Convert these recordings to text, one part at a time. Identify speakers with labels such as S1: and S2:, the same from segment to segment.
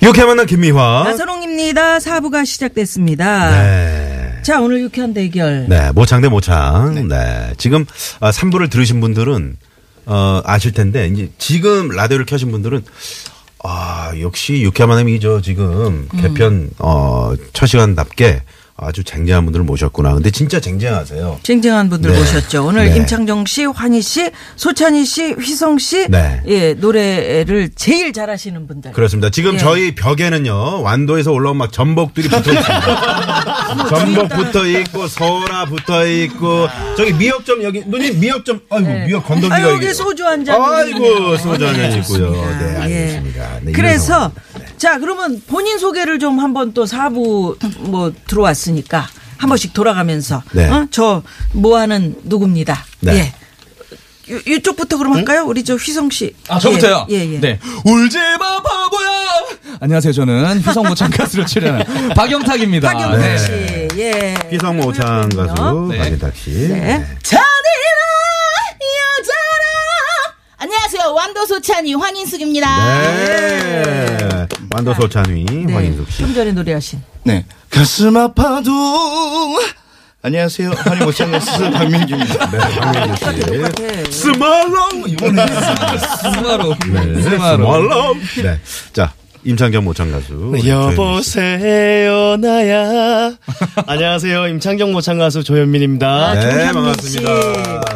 S1: 이렇게 만난 김미화.
S2: 나선홍입니다. 사부가 시작됐습니다.
S1: 아. 네.
S2: 자, 오늘 유쾌한 대결.
S1: 네, 모창 대 모창. 네. 지금 아, 3부를 들으신 분들은 어, 아실 텐데 이제 지금 라디오를 켜신 분들은 아, 역시 육회만남이죠. 지금 개편 어, 첫 시간답게 아주 쟁쟁한 분들을 모셨구나. 근데 진짜 쟁쟁하세요.
S2: 쟁쟁한 분들
S1: 네.
S2: 모셨죠. 오늘
S1: 네.
S2: 임창정 씨, 환희 씨, 소찬희 씨, 휘성 씨.
S1: 네.
S2: 예, 노래를 제일 잘하시는 분들.
S1: 그렇습니다. 지금
S2: 예.
S1: 저희 벽에는요 완도에서 올라온 막 전복들이 붙어 있습니다. 전복 붙어 있고 소라 붙어 있고 저기 미역점 여기 누님 미역점 아이고 미역 건더기가
S2: 아, 여기
S1: 이게-
S2: 소주 한 잔.
S1: 아이고 소주 한잔 있고요.
S2: 좋습니다.
S1: 네
S2: 예.
S1: 알겠습니다. 네,
S2: 그래서
S1: 이런
S2: 자, 그러면 본인 소개를 좀 한번 또 사부 뭐 들어왔으니까 한 번씩 돌아가면서
S1: 네.
S2: 어? 저 뭐 하는 누굽니다.
S1: 네.
S2: 예. 요- 이쪽부터 그럼 할까요? 우리 저 휘성 씨.
S3: 아, 저부터요?
S2: 예, 예. 예.
S3: 네. 울지 마, 바보야! 안녕하세요. 저는 휘성모 창가스로 출연한 박영탁입니다.
S1: 아,
S2: 박영탁
S3: 네.
S2: 씨. 예.
S1: 상황. 피성모 오창 가수
S3: 네.
S1: 박인탁 씨.
S2: 네.
S1: 네.
S4: 찬이라 여자라 안녕하세요 완도소 찬이 황인숙입니다
S1: 네. 완도 소찬휘
S2: 네.
S1: 황인숙 씨. 예.
S2: 좀 전에 노래하신.
S5: 네. 가슴 아파도 안녕하세요. 허니 모창 가수 박민규입니다.
S1: 네, 황인숙 씨.
S2: 예.
S1: 스말롱 이번에
S3: 스마로.
S1: 네.
S3: 스마로.
S1: 스말롱. 네. 자 임창정 모창 가수.
S6: 네,
S5: 여보세요 나야. 안녕하세요. 임창정 모창 가수 조현민입니다.
S1: 네,
S2: 조현민
S1: 반갑습니다.
S2: 아,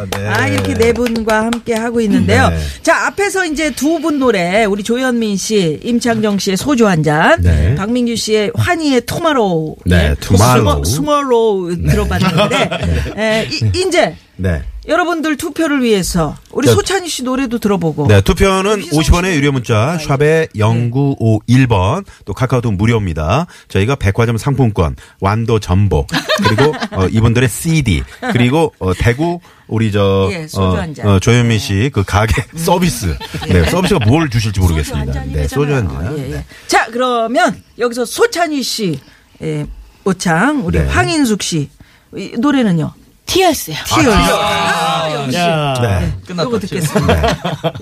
S2: 씨.
S1: 네.
S2: 아, 이렇게 네 분과 함께 하고 있는데요.
S1: 네.
S2: 자, 앞에서 이제 두 분 노래, 우리 조현민 씨, 임창정 씨의 소주 한 잔,
S1: 네.
S2: 박민규 씨의 환희의 투마로우.
S1: 네, 투마로우.
S2: 스몰로우 들어봤는데, 에, 이, 제
S1: 네.
S2: 여러분들 투표를 위해서 우리
S1: 네.
S2: 소찬희 씨 노래도 들어보고. 어, 아, 네.
S1: 네, 투표는 50원의 유료 문자 샵에 0951번 또 카카오톡 무료입니다. 저희가 백화점 상품권, 완도 전복 그리고 어, 이분들의 CD 그리고 어, 대구 우리 저 어,
S2: 예, 소주 한 잔. 네. 음.
S1: 조현민 씨 그 가게 서비스 네, 서비스가 뭘 주실지 모르겠습니다. 네, 소주 한 잔.
S2: 예, 예. 자, 그러면 여기서 소찬희 씨, 예, 오창, 우리
S1: 네.
S2: 황인숙 씨, 이 노래는요?
S4: 티얼스요
S2: 티얼. 아, 역시.
S5: 야.
S1: 네. 네.
S3: 끝났다.
S2: 요거 듣겠습니다.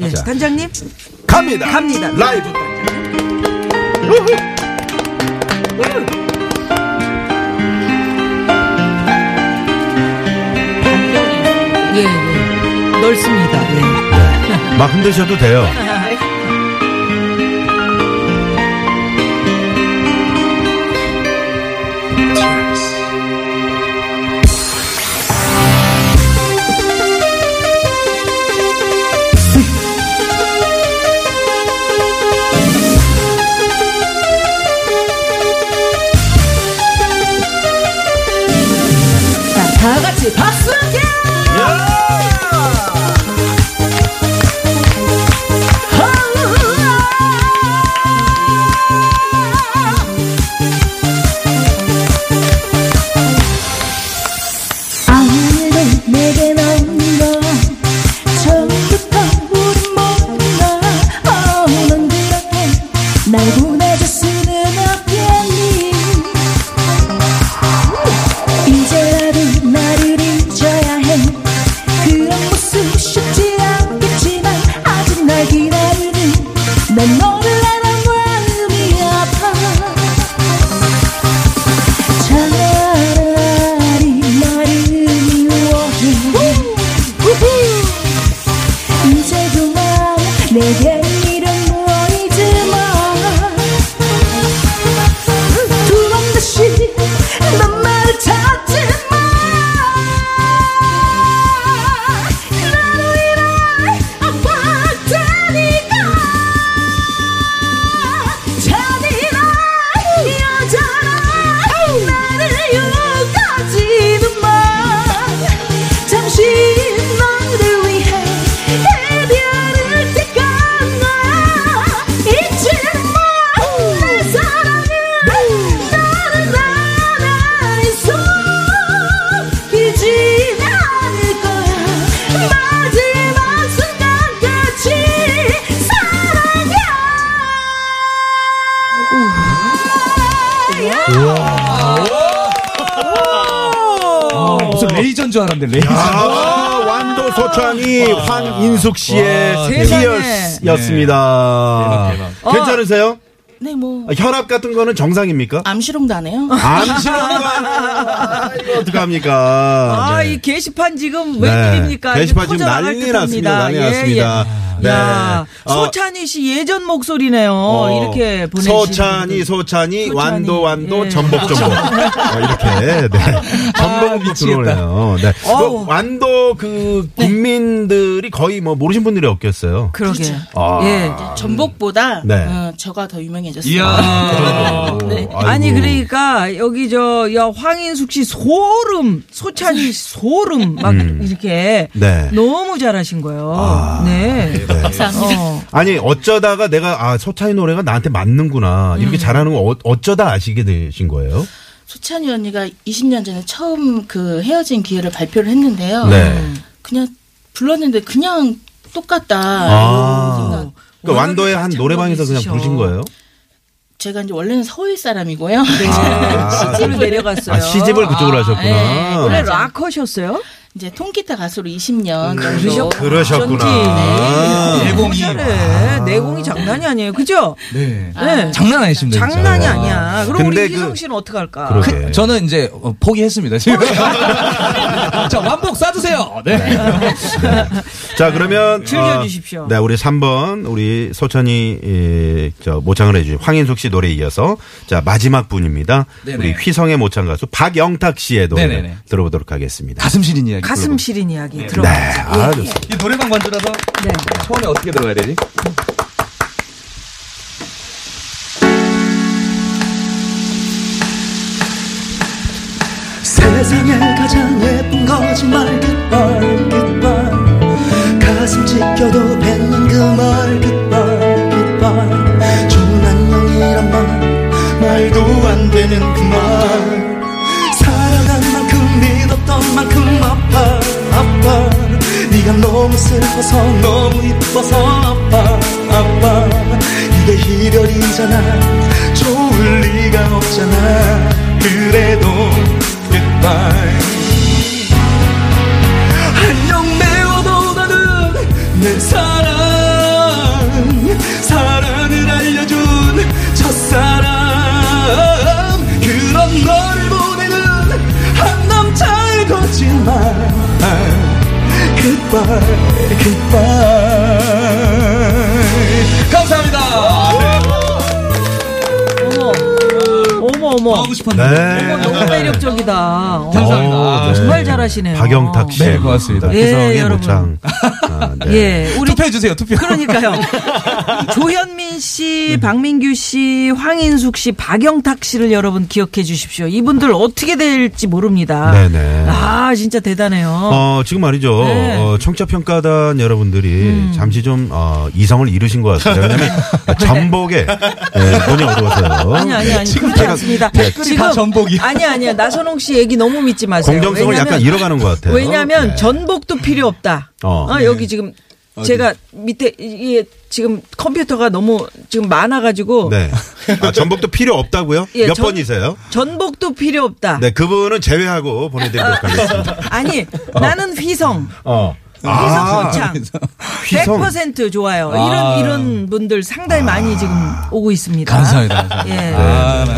S2: 예, 단장님
S1: 갑니다.
S2: 갑니다.
S1: 라이브.
S2: 예, 예. 넓습니다. 예.
S1: 네. 막 흔드셔도 돼요.
S4: 자, 다 같이 박수 함께
S7: 아무도 내게 없는 거야 처음부터 우리 모두가 어넌 그렇게 날 보내줄 수는 없겠니 이제라도 나를 잊어야 해 그런 모습 쉽지 않겠지만 아직 날 기다리는 난 너를 알아 마음이 아파 차라리 나를 미워해 이제 그만 내게 이런 보이지 마
S3: 아, 무슨 레이저인 줄 알았는데 레이저.
S1: 아, 완도 소찬이 황인숙 씨의
S3: 와,
S2: 세상에. 네.
S1: 피어스였습니다. 괜찮으세요?
S4: 네, 뭐.
S1: 아, 혈압 같은 거는 정상입니까?
S2: 아.
S4: 암시롱도 안 해요?
S1: 아. 암시로가 이거 어떡합니까?
S2: 아,
S1: 네.
S2: 이 게시판 지금
S1: 네.
S2: 웬일입니까? 이게
S1: 게시판 지금
S2: 터져나갈
S1: 난리
S2: 듯합니다.
S1: 났습니다. 난리
S2: 예,
S1: 났습니다.
S2: 예.
S1: 네.
S2: 야,
S1: 어,
S2: 소찬이 씨 예전 목소리네요.
S1: 어,
S2: 이렇게 보내주신
S1: 소찬이, 소찬이,
S2: 분들. 소찬이.
S1: 완도, 완도,
S2: 예. 아,
S1: 전복, 전복. 어, 이렇게, 네. 전복이 들어오네요. 네. 그
S2: 어우. 네.
S1: 완도 그 국민들이 거의 뭐 모르신 분들이 없겠어요.
S2: 그러게.
S1: 아.
S2: 예.
S4: 전복보다
S1: 네.
S4: 어, 저가 더 유명해졌어요.
S3: 이야.
S4: 네.
S1: 어, 아이고.
S2: 아니 그러니까 여기 저 야, 황인숙 씨 소름 소찬이 씨 소름 막 이렇게
S1: 음. 네.
S2: 너무 잘하신 거예요.
S1: 아,
S2: 네.
S4: 감사합니다.
S2: 어.
S1: 아니 어쩌다가 내가 아 소찬이 노래가 나한테 맞는구나 이렇게
S2: 음.
S1: 잘하는 거 어, 쩌다 아시게 되신 거예요?
S4: 수찬이 언니가 20년 전에 처음 그 헤어진 기회를 발표를 했는데요.
S1: 네.
S4: 그냥 불렀는데 그냥 똑같다. 이런
S1: 아.
S4: 생각.
S1: 그러니까 완도의 한 노래방에서 그냥
S2: 있으셔.
S1: 부르신 거예요?
S4: 제가 이제 원래는 서울 사람이고요.
S1: 아,
S2: 시집을
S1: 네.
S2: 내려갔어요. 예.
S1: 아, 시집을 그쪽으로 하셨구나.
S2: 원래 락커셨어요?
S4: 이제 통기타 가수로
S1: 음,
S4: 20년
S2: 그러셨-
S4: 정도.
S1: 그러셨구나.
S2: 전기.
S3: 네. 내공이.
S2: 잘해. 내공이 장난이 아니에요. 그죠?
S3: 네.
S2: 네.
S3: 장난 아니십니다. 진짜.
S2: 장난이 아니야. 그럼
S1: 근데
S2: 우리
S1: 그- 그렇죠.
S2: 희성 씨는 어떻게 할까?
S1: 그러게.
S3: 그, 저는 이제 어, 포기했습니다. 지금. 자 완복 싸주세요. 네.
S1: 자 그러면
S2: 즐겨주십시오.
S1: 어, 네 우리 3번 우리 소찬이 예, 저 모창을 해주신 황인숙 씨 노래 에 이어서 자 마지막 분입니다.
S3: 네네.
S1: 우리 휘성의 모창 가수 박영탁 씨의 노래 를
S3: 네네네.
S1: 들어보도록 하겠습니다.
S3: 가슴 시린
S6: 그
S3: 이야기.
S2: 가슴 시린 이야기
S1: 네,
S2: 들어보세요.
S1: 아 좋습니다.
S3: 이 노래방 관주라서
S2: 네.
S3: 처음에 어떻게 들어가야 되지?
S6: 세상에 가장 예쁜 거짓말 깃발 깃발 가슴 찢겨도 뱉는 그 말 깃발 깃발 좋은 안녕이란 말 말도 안 되는 그 말 사랑한 만큼 믿었던 만큼 아파 아파 네가 너무 슬퍼서 너무 이뻐서 아파 아파 이게 이별이잖아 좋을 리가 없잖아 그래도 goodbye 안녕 내 얻어가는 내 사랑 사랑을 알려준 첫사랑 그런 너를 보내는 한 남자의 거짓말 goodbye goodbye
S3: 네. 감사합니다.
S2: 어머. 어머 어머.
S3: 하고 싶었는데.
S2: 어머,
S1: 네.
S2: 너무 매력적이다. 어.
S3: 감사합니다.
S1: 오,
S3: 아,
S2: 정말 잘하시네요.
S1: 박영탁 씨.
S3: 네, 고맙습니다.
S2: 예,
S1: 휘성의
S2: 여러분.
S1: 모창. 아, 네.
S2: 예, 우리
S3: 투표해 주세요. 투표.
S2: 그러니까요. 조현민 씨, 박민규 씨, 황인숙 씨, 박영탁 씨를 여러분 기억해 주십시오. 이분들 어떻게 될지 모릅니다.
S1: 네네.
S2: 아, 진짜 대단해요.
S1: 어, 지금 말이죠.
S2: 네. 음.
S1: 어, 청취평가단 여러분들이 잠시 좀, 어, 이성을 잃으신 것 같습니다. 왜냐면, 전복에, 예, 눈이 어두워서요. 네,
S2: 네. 아니 아니 아니
S1: 지금
S2: 그렇지
S1: 제가 네,
S2: 않습니다.
S3: 댓글이 다 전복이야.
S2: 아니 아니야 나선홍 씨 얘기 너무 믿지 마세요.
S1: 공정성을 약간 잃어가는 것 같아요.
S2: 왜냐하면
S1: 네.
S2: 전복도 필요 없다.
S1: 어.
S3: 네.
S2: 아, 여기 지금 제가 밑에 이게 지금 컴퓨터가 너무 지금 많아가지고
S1: 네. 아, 전복도 필요 없다고요?
S2: 예,
S1: 몇
S2: 전-
S1: 번이세요?
S2: 전복도 필요 없다.
S1: 네, 그분은 제외하고 보내드리도록 하겠습니다.
S2: 아니 나는 휘성
S1: 어.
S2: 휘성 소창
S1: 휘성.
S2: 100% 좋아요.
S3: 아.
S2: 이런 이런 분들 상당히 많이 지금
S1: 아.
S2: 오고 있습니다.
S3: 감사합니다. 감사합니다. 네.
S2: 예.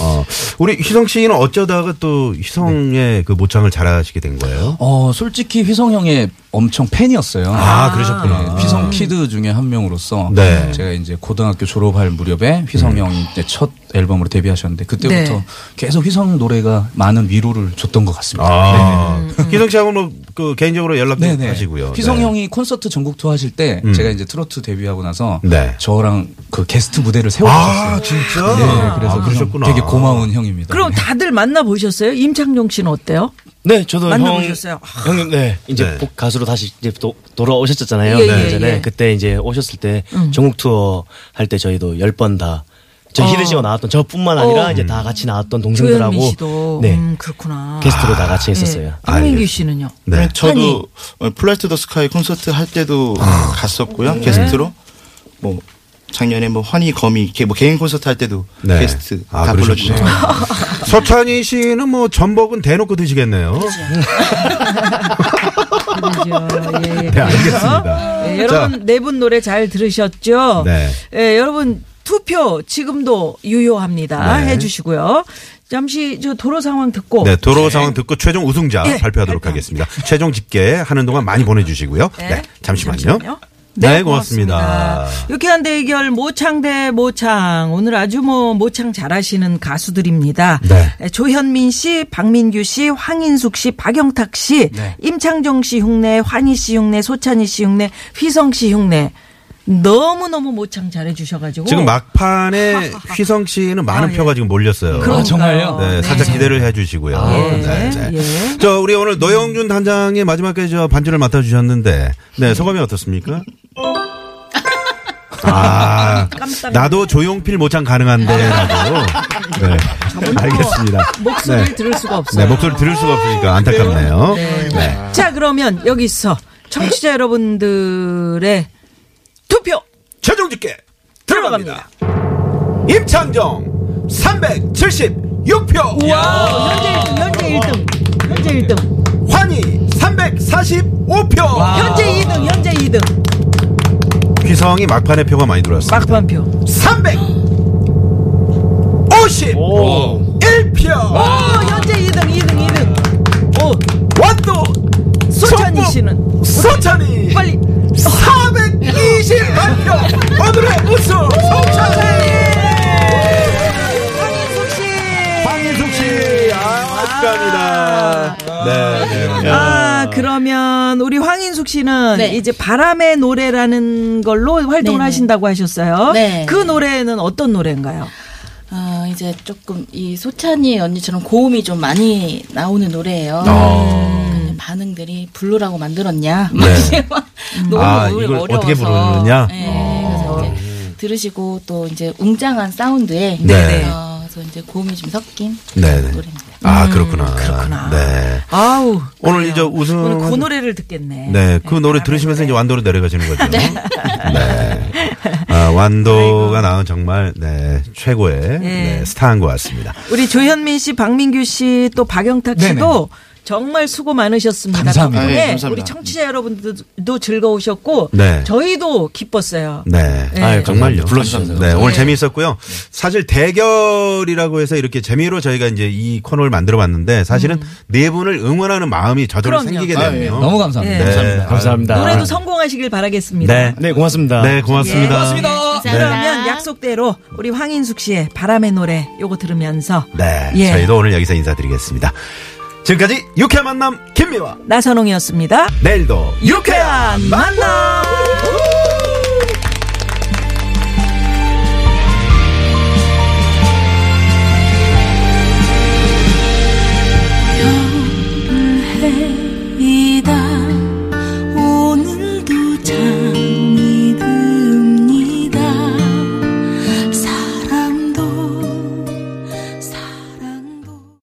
S1: 어. 우리 희성 씨는 어쩌다가 또 희성의 그 모창을 잘하시게 된 거예요?
S3: 네. 어, 솔직히 휘성 형의 엄청 팬이었어요.
S1: 아, 그러셨구나.
S3: 네, 휘성 키드 중에 한 명으로서
S1: 네.
S3: 제가 이제 고등학교 졸업할 무렵에 휘성
S8: 음.
S3: 형이 이제 첫 앨범으로 데뷔하셨는데 그때부터
S2: 네.
S3: 계속 휘성 노래가 많은 위로를 줬던 것 같습니다.
S1: 아, 희성 씨하고 뭐그 개인적으로 연락도
S3: 음, 네네.
S1: 하시고요.
S3: 휘성
S1: 네.
S3: 형이 콘서트 전국 투어 하실 때
S1: 음.
S3: 제가 이제 트로트 데뷔하고 나서
S1: 네.
S3: 저랑 그 게스트 무대를 세워주셨어요.
S1: 아, 진짜?
S3: 네, 그래서
S1: 아,
S3: 그
S1: 그러셨구나.
S3: 되게 고마운 형입니다.
S2: 그럼
S3: 네.
S2: 다들 만나 보셨어요? 임창정 씨는 어때요?
S5: 네, 저도
S2: 만나보셨어요? 아.
S5: 형, 형님, 네. 이제
S1: 네.
S5: 복- 가수로 다시 이제 또 돌아오셨잖아요.
S2: 예,
S5: 네.
S2: 예,
S5: 전에.
S2: 예.
S5: 그때 이제 오셨을 때
S3: 음.
S5: 전국 투어 할 때 저희도 열 번 다. 저 히든 씨가 나왔던 저뿐만 아니라 이제 다 같이 나왔던
S2: 어. 조현민
S5: 동생들하고
S2: 씨도
S5: 네
S2: 음, 그렇구나.
S5: 게스트로 다 같이 했었어요.
S2: 예. 박민규 씨는요?
S1: 네.
S2: 아니.
S8: 저도
S5: 아.
S3: 네.
S8: 플라이트 더 스카이 콘서트 할 때도 갔었고요 게스트로 뭐 작년에 뭐 허니 거미 이렇게 뭐 개인 콘서트 할 때도
S1: 네.
S8: 게스트
S1: 아,
S8: 다
S1: 그러셨구나.
S8: 불러주셨죠.
S1: 서찬희 씨는 뭐 전복은 대놓고 드시겠네요. 네, 알겠습니다.
S2: 예,
S1: 자,
S2: 여러분 예, 네 분 노래 잘 들으셨죠?
S1: 네.
S2: 예, 여러분 투표 지금도 유효합니다.
S1: 네.
S2: 해주시고요. 잠시 저 도로 상황 듣고
S1: 네, 도로 상황 듣고 최종 우승자
S2: 예,
S1: 발표하도록 하겠습니다. 최종 집계 하는 동안 많이 보내주시고요. 네, 잠시만요.
S2: 잠시만요.
S1: 네, 고맙습니다.
S2: 유쾌한 대결 모창 대 모창 오늘 아주 뭐 모창 잘하시는 가수들입니다.
S1: 네.
S2: 에, 조현민 씨, 박민규 씨, 황인숙 씨, 박영탁 씨,
S1: 네.
S2: 임창정 씨 흉내, 환희 씨 흉내, 소찬희 씨 흉내, 휘성 씨 흉내 너무 너무 모창 잘해주셔가지고
S1: 지금 막판에 휘성 씨는 많은 표가 지금 몰렸어요.
S2: 그러니까요. 아, 정말요?
S1: 네, 살짝
S2: 네.
S1: 기대를 해주시고요.
S2: 예,
S1: 네, 네.
S2: 예.
S1: 저 우리 오늘 노영준 단장의 마지막까지 저 반주를 맡아주셨는데, 네 소감이 어떻습니까? 아,
S2: 깜짝
S1: 나도 조용필 모창 가능한데라고. 아, 네, 알겠습니다.
S2: 목소리를
S1: 네.
S2: 들을 수가 없어요.
S1: 네, 목소리 들을 수가 없으니까 아, 안타깝네요. 네.
S2: 자 그러면 여기서 청취자 여러분들의 투표
S1: 최종 집계 들어갑니다. 임창정 376표.
S2: 우와, 어, 현재 1등, 현재 1등, 현재 1등.
S1: 환희 345표.
S4: 아.
S2: 현재 2등, 현재 2등.
S1: 휘성이 막판에 표가 많이 들어왔습니다.
S2: 막반표.
S1: 351표.
S2: 오, 현재 2등, 2등, 2등. 오,
S1: 완도
S2: 소찬이 씨는
S1: 소찬이
S2: 빨리
S1: 421표. 오늘의 우승 소찬이.
S2: 황인숙 씨.
S1: 황인숙 씨, 아, 축하합니다. 네, 네.
S2: 아, 그러면 우리 황인숙 씨는
S4: 네.
S2: 이제 바람의 노래라는 걸로 활동을
S4: 네, 네.
S2: 하신다고 하셨어요.
S4: 네.
S2: 그 노래는 어떤 노래인가요?
S4: 아, 이제 조금 이 소찬이 언니처럼 고음이 좀 많이 나오는 노래예요.
S1: 아.
S4: 근데 반응들이 블루라고 만들었냐? 막 이제 막
S1: 네.
S4: 너무
S1: 아,
S4: 노래
S1: 이걸
S4: 어려워서.
S1: 어떻게 부르느냐? 아.
S4: 네, 그래서 이제 들으시고 또 이제 웅장한 사운드에
S1: 네.
S4: 어, 그래서 이제 고음이 좀 섞인
S1: 네, 네.
S4: 노래입니다.
S1: 아, 그렇구나. 그렇구나. 네.
S2: 아우.
S1: 오늘 이제 우승.
S2: 오늘 그 노래를 듣겠네.
S1: 네, 그 노래 들으시면서 이제 완도로 내려가시는 거죠. 네. 아, 완도가 나온 정말, 네, 최고의 네, 스타인 것 같습니다.
S2: 우리 조현민 씨, 박민규 씨, 또 박영탁
S3: 네네.
S2: 씨도 정말 수고 많으셨습니다.
S3: 감사합니다.
S2: 덕분에
S8: 네, 감사합니다.
S2: 우리 청취자 여러분들도 즐거우셨고
S1: 네.
S2: 저희도 기뻤어요.
S1: 네.
S2: 네.
S5: 아유,
S1: 정말요.
S5: 정말요. 불러주셔서.
S1: 네, 오늘 재미있었고요. 사실 대결이라고 해서 이렇게 재미로 저희가 이제 이 코너를 만들어 봤는데 사실은 네 분을 응원하는 마음이 저절로
S2: 그럼요.
S1: 생기게
S8: 아, 예.
S1: 되네요.
S3: 너무 감사합니다.
S1: 네.
S5: 감사합니다. 감사합니다.
S2: 노래도 성공하시길 바라겠습니다. 예.
S1: 네.
S5: 네, 고맙습니다.
S1: 네, 고맙습니다.
S2: 그러면 약속대로 우리 황인숙 씨의 바람의 노래 요거 들으면서
S1: 네.
S2: 예.
S1: 저희도 오늘 여기서 인사드리겠습니다. 지금까지 유쾌한 만남 김미화.
S2: 나선홍이었습니다.
S1: 내일도
S2: 유쾌한 만남!